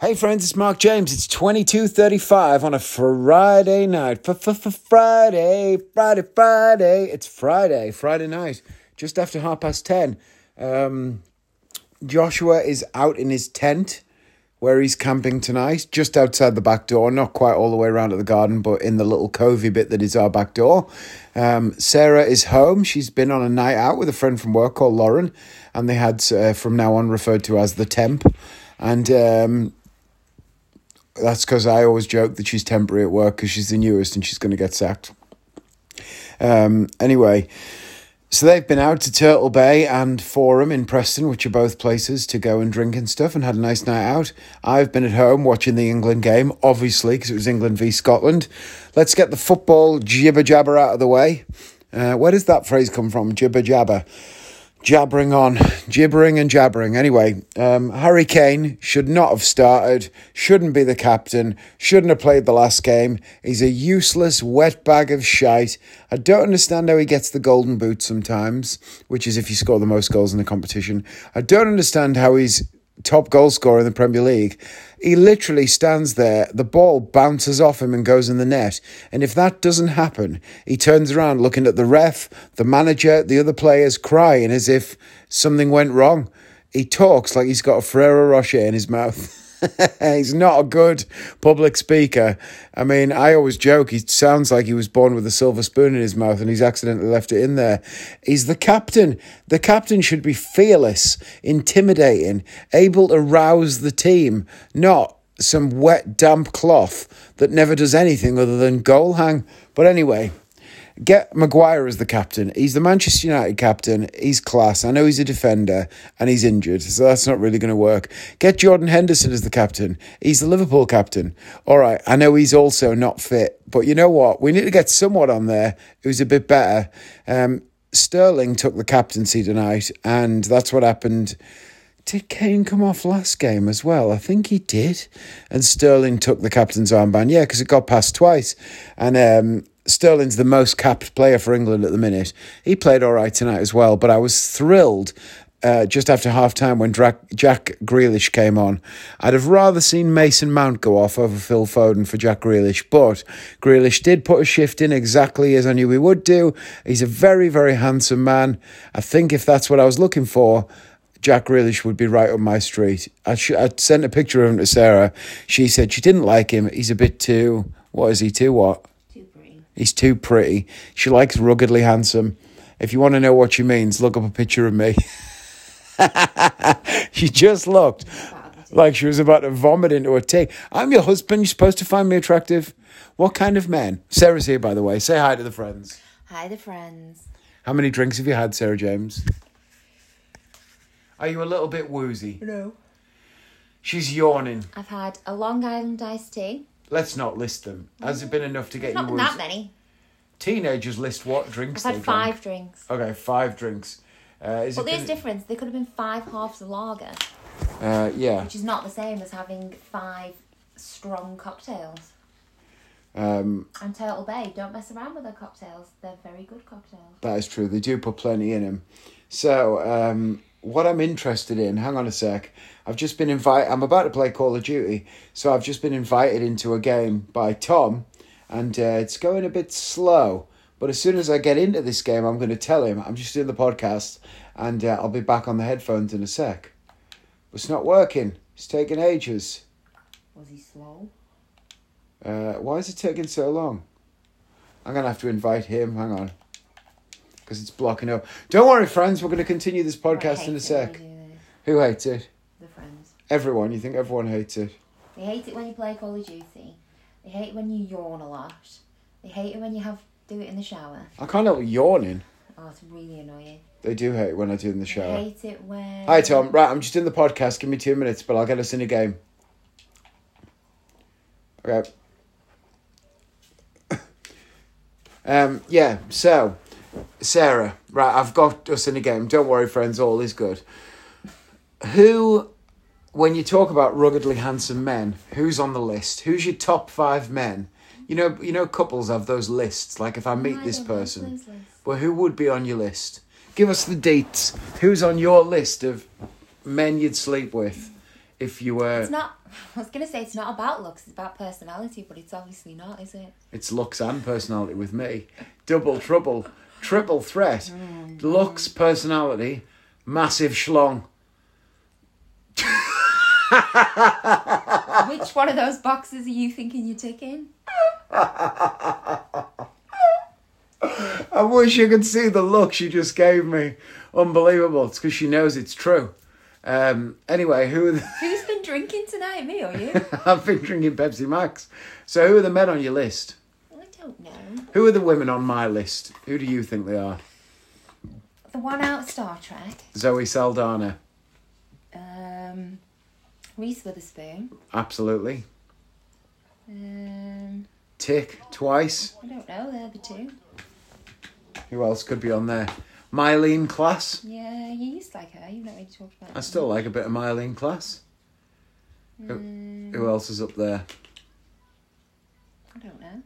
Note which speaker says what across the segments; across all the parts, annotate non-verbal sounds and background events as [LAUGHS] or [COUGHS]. Speaker 1: Hey friends, it's Mark James. It's 22:35 on a Friday night. Friday, Friday, Friday. It's Friday, Friday night, just after half past 10. Um, Joshua is out in his tent where he's camping tonight, just outside the back door, not quite all the way around at the garden, but in the little covey bit that is our back door. Um, Sarah is home. She's been on a night out with a friend from work called Lauren, and they had uh, from now on referred to as the temp. And um, that's because I always joke that she's temporary at work because she's the newest and she's going to get sacked. Um, anyway, so they've been out to Turtle Bay and Forum in Preston, which are both places to go and drink and stuff, and had a nice night out. I've been at home watching the England game, obviously, because it was England v Scotland. Let's get the football jibber jabber out of the way. Uh, where does that phrase come from? Jibber jabber jabbering on, gibbering and jabbering. Anyway, um, Harry Kane should not have started, shouldn't be the captain, shouldn't have played the last game. He's a useless, wet bag of shite. I don't understand how he gets the golden boot sometimes, which is if you score the most goals in the competition. I don't understand how he's top goal scorer in the Premier League. He literally stands there, the ball bounces off him and goes in the net. And if that doesn't happen, he turns around looking at the ref, the manager, the other players crying as if something went wrong. He talks like he's got a Ferrero Rocher in his mouth. [LAUGHS] he's not a good public speaker. I mean, I always joke he sounds like he was born with a silver spoon in his mouth and he's accidentally left it in there. He's the captain. The captain should be fearless, intimidating, able to rouse the team, not some wet, damp cloth that never does anything other than goal hang. But anyway, get Maguire as the captain. He's the Manchester United captain. He's class. I know he's a defender and he's injured, so that's not really going to work. Get Jordan Henderson as the captain. He's the Liverpool captain. All right, I know he's also not fit, but you know what? We need to get someone on there who's a bit better. Um, Sterling took the captaincy tonight, and that's what happened. Did Kane come off last game as well? I think he did. And Sterling took the captain's armband. Yeah, because it got passed twice. And um, Sterling's the most capped player for England at the minute. He played all right tonight as well, but I was thrilled uh, just after half time when Dra- Jack Grealish came on. I'd have rather seen Mason Mount go off over Phil Foden for Jack Grealish, but Grealish did put a shift in exactly as I knew he would do. He's a very, very handsome man. I think if that's what I was looking for, Jack Grealish would be right up my street. I, sh- I sent a picture of him to Sarah. She said she didn't like him. He's a bit too, what is he, too what? He's too pretty. She likes ruggedly handsome. If you want to know what she means, look up a picture of me. [LAUGHS] she just looked like she was about to vomit into a tea. I'm your husband. You're supposed to find me attractive. What kind of man? Sarah's here, by the way. Say hi to the friends.
Speaker 2: Hi, the friends.
Speaker 1: How many drinks have you had, Sarah James? Are you a little bit woozy?
Speaker 2: No.
Speaker 1: She's yawning.
Speaker 2: I've had a Long Island iced tea.
Speaker 1: Let's not list them. Has it been enough to get
Speaker 2: Not
Speaker 1: you
Speaker 2: that
Speaker 1: woozy?
Speaker 2: many.
Speaker 1: Teenagers list what drinks
Speaker 2: I've had
Speaker 1: they
Speaker 2: five drinks.
Speaker 1: Drink. Okay, five drinks. Uh, is
Speaker 2: But
Speaker 1: it
Speaker 2: there's
Speaker 1: been-
Speaker 2: difference. There could have been five halves of lager,
Speaker 1: Uh, yeah.
Speaker 2: which is not the same as having five strong cocktails.
Speaker 1: Um,
Speaker 2: And Turtle Bay, don't mess around with their cocktails. They're very good cocktails.
Speaker 1: that is true. They do put plenty in him. So, um, what I'm interested in, hang on a sec. I've just been invited, I'm about to play Call of Duty. So, I've just been invited into a game by Tom, and uh, it's going a bit slow. But as soon as I get into this game, I'm going to tell him. I'm just doing the podcast, and uh, I'll be back on the headphones in a sec. But it's not working, it's taking ages.
Speaker 2: Was he slow?
Speaker 1: Uh, why is it taking so long? I'm going to have to invite him. Hang on. Because it's blocking up. Don't worry, friends. We're going to continue this
Speaker 2: I
Speaker 1: podcast
Speaker 2: hate
Speaker 1: in a
Speaker 2: it when
Speaker 1: sec.
Speaker 2: you do this,
Speaker 1: Who hates it?
Speaker 2: The friends.
Speaker 1: Everyone. You think everyone hates it?
Speaker 2: They hate it when you play Call of Duty. They hate it when you yawn a lot. They hate it when you have do it in the shower.
Speaker 1: I can't help yawning.
Speaker 2: Oh, it's really annoying.
Speaker 1: They do hate it when I do it in the
Speaker 2: They
Speaker 1: shower.
Speaker 2: hate it when.
Speaker 1: Hi, Tom. Right, I'm just in the podcast. Give me two minutes, but I'll get us in a game. Okay. [COUGHS] um, yeah, so, Sarah. Right, I've got us in a game. Don't worry, friends. All is good. Who, when you talk about ruggedly handsome men, who's on the list? Who's your top five men? You know, you know, couples have those lists. Like, if I meet
Speaker 2: I
Speaker 1: this
Speaker 2: don't like
Speaker 1: person,
Speaker 2: those lists.
Speaker 1: well, who would be on your list? Give us the dates. Who's on your list of men you'd sleep with? if you were
Speaker 2: It's not. I was gonna say it's not about looks. It's about personality, but it's obviously not,
Speaker 1: [LAUGHS]
Speaker 2: is it?
Speaker 1: It's looks and personality with me. Double trouble, triple threat. Looks, personality, massive schlong.
Speaker 2: Which one of those boxes are you thinking you're ticking?
Speaker 1: I wish you could see the look she just gave me. Unbelievable. It's because she knows it's true. Um, anyway, who are the, [LAUGHS]
Speaker 2: Who's been drinking tonight, me or you?
Speaker 1: I've been drinking Pepsi Max. So who are the men on your list?
Speaker 2: I don't know.
Speaker 1: Who are the women on my list? Who do you think they are?
Speaker 2: The one out Star Trek.
Speaker 1: Zoe Saldana.
Speaker 2: Um, Reese Witherspoon.
Speaker 1: Absolutely.
Speaker 2: Um,
Speaker 1: Tick twice.
Speaker 2: I don't know. They're the two.
Speaker 1: Who else could be on there? Mylene Class.
Speaker 2: Yeah, you used to like her. You've not really talked about.
Speaker 1: I
Speaker 2: her.
Speaker 1: still like a bit of Mylene Class. Who-
Speaker 2: Mm,
Speaker 1: Who else is up there?
Speaker 2: I don't know.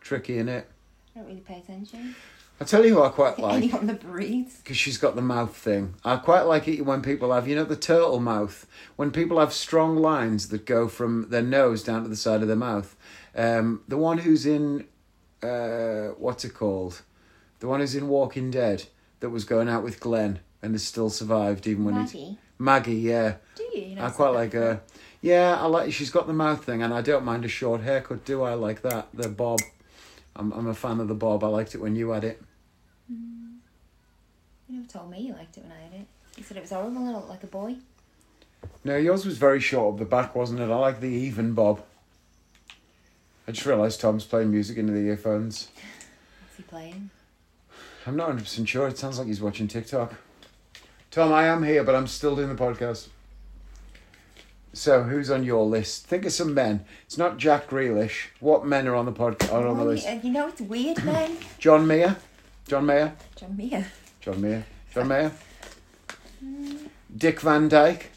Speaker 1: Tricky in it.
Speaker 2: I don't really pay attention.
Speaker 1: I tell you who I quite like
Speaker 2: Anyone that breathes.
Speaker 1: because she's got the mouth thing. I quite like it when people have, you know, the turtle mouth. When people have strong lines that go from their nose down to the side of their mouth. Um, the one who's in, uh, what's it called? The one who's in Walking Dead that was going out with Glenn and has still survived even when he's
Speaker 2: Maggie,
Speaker 1: Maggie, yeah.
Speaker 2: do you? you know,
Speaker 1: I quite
Speaker 2: so-
Speaker 1: like her. Yeah, I like. She's got the mouth thing, and I don't mind a short haircut. Do I like that? The bob. I'm I'm a fan of the bob. I liked it when you had it.
Speaker 2: You never told me you liked it when I had it. You said it was horrible and I looked like a boy.
Speaker 1: No, yours was very short up the back, wasn't it? I like the even bob. I just realised Tom's playing music into the earphones.
Speaker 2: What's he playing?
Speaker 1: I'm not 100 percent sure. It sounds like he's watching TikTok. Tom, I am here, but I'm still doing the podcast. So, who's on your list? Think of some men. It's not Jack Grealish. What men are on the podcast? Are on the
Speaker 2: Oh,
Speaker 1: list?
Speaker 2: You, you know it's
Speaker 1: [LAUGHS]
Speaker 2: weird, man.
Speaker 1: John Mayer. John Mayer.
Speaker 2: John Mayer.
Speaker 1: John Mayer. John Mayer. Dick Van Dyke.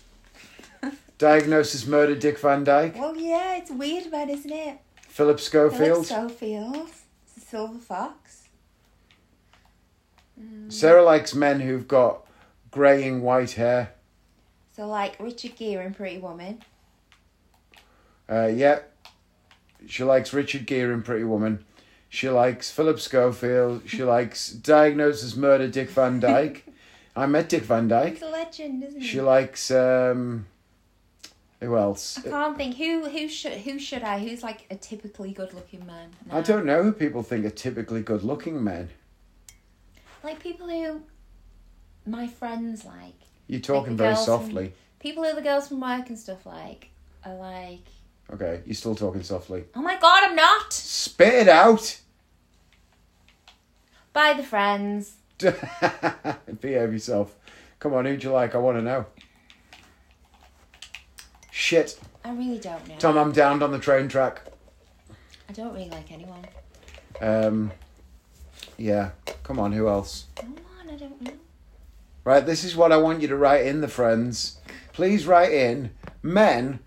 Speaker 2: [LAUGHS]
Speaker 1: Diagnosis murder Dick Van Dyke.
Speaker 2: Well, yeah, it's weird, man, isn't it?
Speaker 1: Philip
Speaker 2: Philip
Speaker 1: Schofield.
Speaker 2: Schofield, the Silver Fox.
Speaker 1: Sarah likes men who've got greying white hair.
Speaker 2: So like Richard Gere in Pretty Woman.
Speaker 1: Uh, yeah. She likes Richard Gere in Pretty Woman. She likes Philip Schofield.
Speaker 2: [LAUGHS]
Speaker 1: She likes Diagnosis murder Dick Van Dyke. I met Dick Van Dyke.
Speaker 2: He's a legend, isn't he?
Speaker 1: She likes um who else?
Speaker 2: I can't think who who should who should I who's like a typically good looking man.
Speaker 1: I
Speaker 2: now?
Speaker 1: don't know who people think are typically good looking men.
Speaker 2: like people who my friends like.
Speaker 1: You're talking
Speaker 2: the
Speaker 1: very
Speaker 2: girls from-
Speaker 1: softly.
Speaker 2: People who the girls from work and stuff like are like,
Speaker 1: Okay, you're still talking softly.
Speaker 2: oh my god, I'm not
Speaker 1: Spit it out! [LAUGHS]
Speaker 2: by the friends.
Speaker 1: Behave yourself. Come on, who'd you like? I want to know. Shit.
Speaker 2: I really don't know.
Speaker 1: Tom, I'm downed on the train track.
Speaker 2: I don't really like anyone.
Speaker 1: Um, yeah, come on, who else?
Speaker 2: Come on, I don't know.
Speaker 1: Right, this is what I want you to write in, the friends. Please write in, men,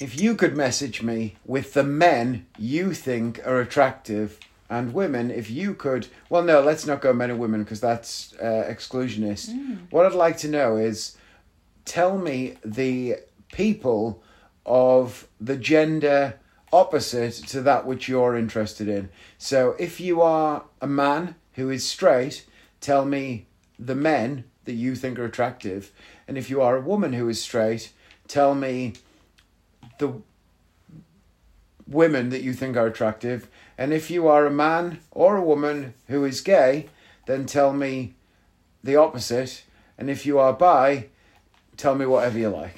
Speaker 1: if you could message me with the men you think are attractive, and women, if you could. Well, no, let's not go men and women because that's uh, exclusionist. What I'd like to know is tell me the people of the gender opposite to that which you're interested in. So if you are a man who is straight, tell me the men that you think are attractive. And if you are a woman who is straight, tell me the women that you think are attractive. And if you are a man or a woman who is gay, then tell me the opposite. And if you are bi, tell me whatever you like.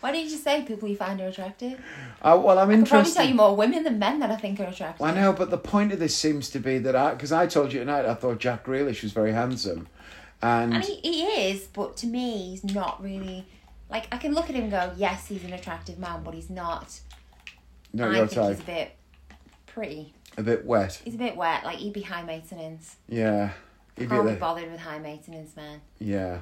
Speaker 2: Why did you say people you find are attractive?
Speaker 1: Uh, well, I'm
Speaker 2: I could probably
Speaker 1: interested.
Speaker 2: tell you more women than men that I think are attractive.
Speaker 1: I know, but the point of this seems to be that I, because I told you tonight, I thought Jack Grealish was very handsome, and
Speaker 2: I mean, he is, but to me, he's not really. Like, I can look at him and go, yes, he's an attractive man, but he's not.
Speaker 1: not
Speaker 2: I
Speaker 1: your
Speaker 2: think
Speaker 1: type,
Speaker 2: he's a bit pretty.
Speaker 1: a bit wet.
Speaker 2: He's a bit wet. Like, he'd be high maintenance.
Speaker 1: Yeah, he'd be
Speaker 2: I can't be
Speaker 1: the,
Speaker 2: bothered with high maintenance, man.
Speaker 1: yeah.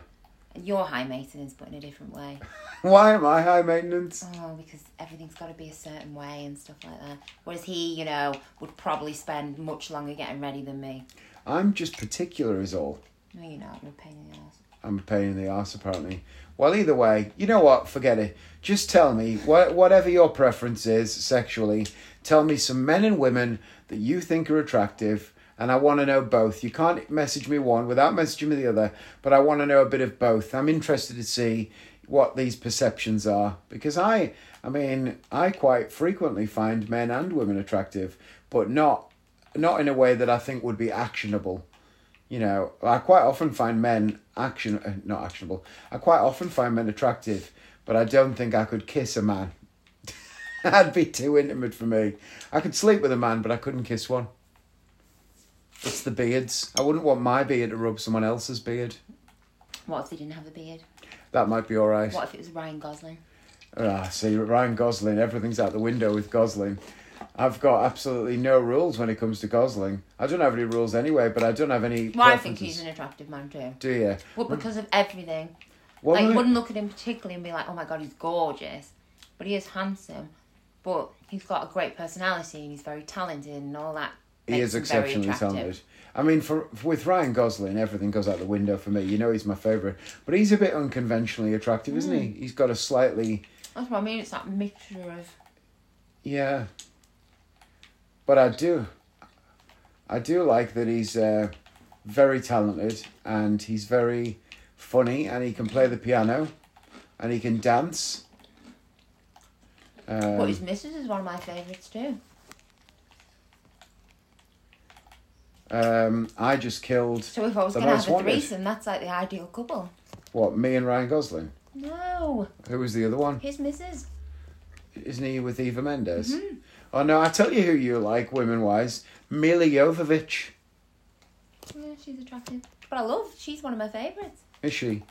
Speaker 2: And you're high maintenance, but in a different way.
Speaker 1: Why am I high maintenance?
Speaker 2: Oh, because everything's got to be a certain way and stuff like that. Whereas he, you know, would probably spend much longer getting ready than me.
Speaker 1: I'm just particular, is all.
Speaker 2: No, you're not. I'm a pain in the ass.
Speaker 1: I'm a pain in the arse apparently. Well, either way, you know what? Forget it. Just tell me wha- whatever your preference is sexually. Tell me some men and women that you think are attractive, and I want to know both. You can't message me one without messaging me the other, but I want to know a bit of both. I'm interested to see what these perceptions are because I, I mean, I quite frequently find men and women attractive, but not not in a way that I think would be actionable you know, I quite often find men action uh, not actionable. I quite often find men attractive, but I don't think I could kiss a man. [LAUGHS] That'd be too intimate for me. I could sleep with a man, but I couldn't kiss one. It's the beards. I wouldn't want my beard to rub someone else's beard.
Speaker 2: What if they didn't have a beard?
Speaker 1: That might be all right.
Speaker 2: What if it was Ryan Gosling?
Speaker 1: Ah, see, Ryan Gosling, everything's out the window with Gosling. I've got absolutely no rules when it comes to Gosling. I don't have any rules anyway, but I don't have any.
Speaker 2: Well, I think
Speaker 1: preferences.
Speaker 2: he's an attractive man too.
Speaker 1: Do you?
Speaker 2: Well, because of everything.
Speaker 1: What
Speaker 2: like,
Speaker 1: would-
Speaker 2: you wouldn't look at him particularly and be like, oh my god, he's gorgeous. But he is handsome. But he's got a great personality and he's very talented and all that.
Speaker 1: he is
Speaker 2: makes him very
Speaker 1: exceptionally
Speaker 2: attractive.
Speaker 1: talented. I mean, for with Ryan Gosling, everything goes out the window for me. You know, he's my favorite, but he's a bit unconventionally attractive, isn't
Speaker 2: Hmm.
Speaker 1: he? He's got a slightly
Speaker 2: That's what I mean. It's that mixture of.
Speaker 1: yeah. But I do, I do like that he's uh, very talented and he's very funny and he can play the piano, and he can dance.
Speaker 2: but
Speaker 1: Um,
Speaker 2: his missus is one of my favourites too.
Speaker 1: um, I just killed
Speaker 2: So if I was
Speaker 1: The
Speaker 2: going to
Speaker 1: most
Speaker 2: have a
Speaker 1: wanted.
Speaker 2: threesome, that's like the ideal couple.
Speaker 1: what me and Ryan Gosling.
Speaker 2: No,
Speaker 1: Who was the other one?
Speaker 2: his missus.
Speaker 1: isn't he with Eva Mendes?
Speaker 2: Mm-hmm.
Speaker 1: Oh no, I tell you who you like, women wise, Mila Jovovich.
Speaker 2: Yeah, she's attractive. But I love, she's one of my favourites.
Speaker 1: Is she?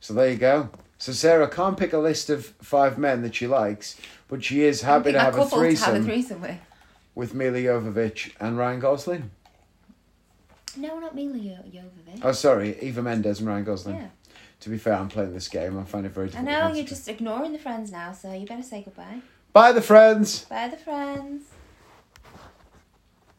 Speaker 1: So there you go. So Sarah can't pick a list of five men that she likes, but she is happy to
Speaker 2: A
Speaker 1: have a,
Speaker 2: couple to
Speaker 1: threesome
Speaker 2: have a threesome with.
Speaker 1: with Mila Jovovich and Ryan Gosling.
Speaker 2: No, not Mila Jo- Jovovich.
Speaker 1: Oh, sorry, Eva Mendes and Ryan Gosling.
Speaker 2: Yeah.
Speaker 1: To be fair, I'm playing this game. I find it very
Speaker 2: I
Speaker 1: difficult. to
Speaker 2: know, you're
Speaker 1: concentrate.
Speaker 2: just ignoring the friends now, so you better say goodbye.
Speaker 1: Bye, the friends.
Speaker 2: Bye, the friends.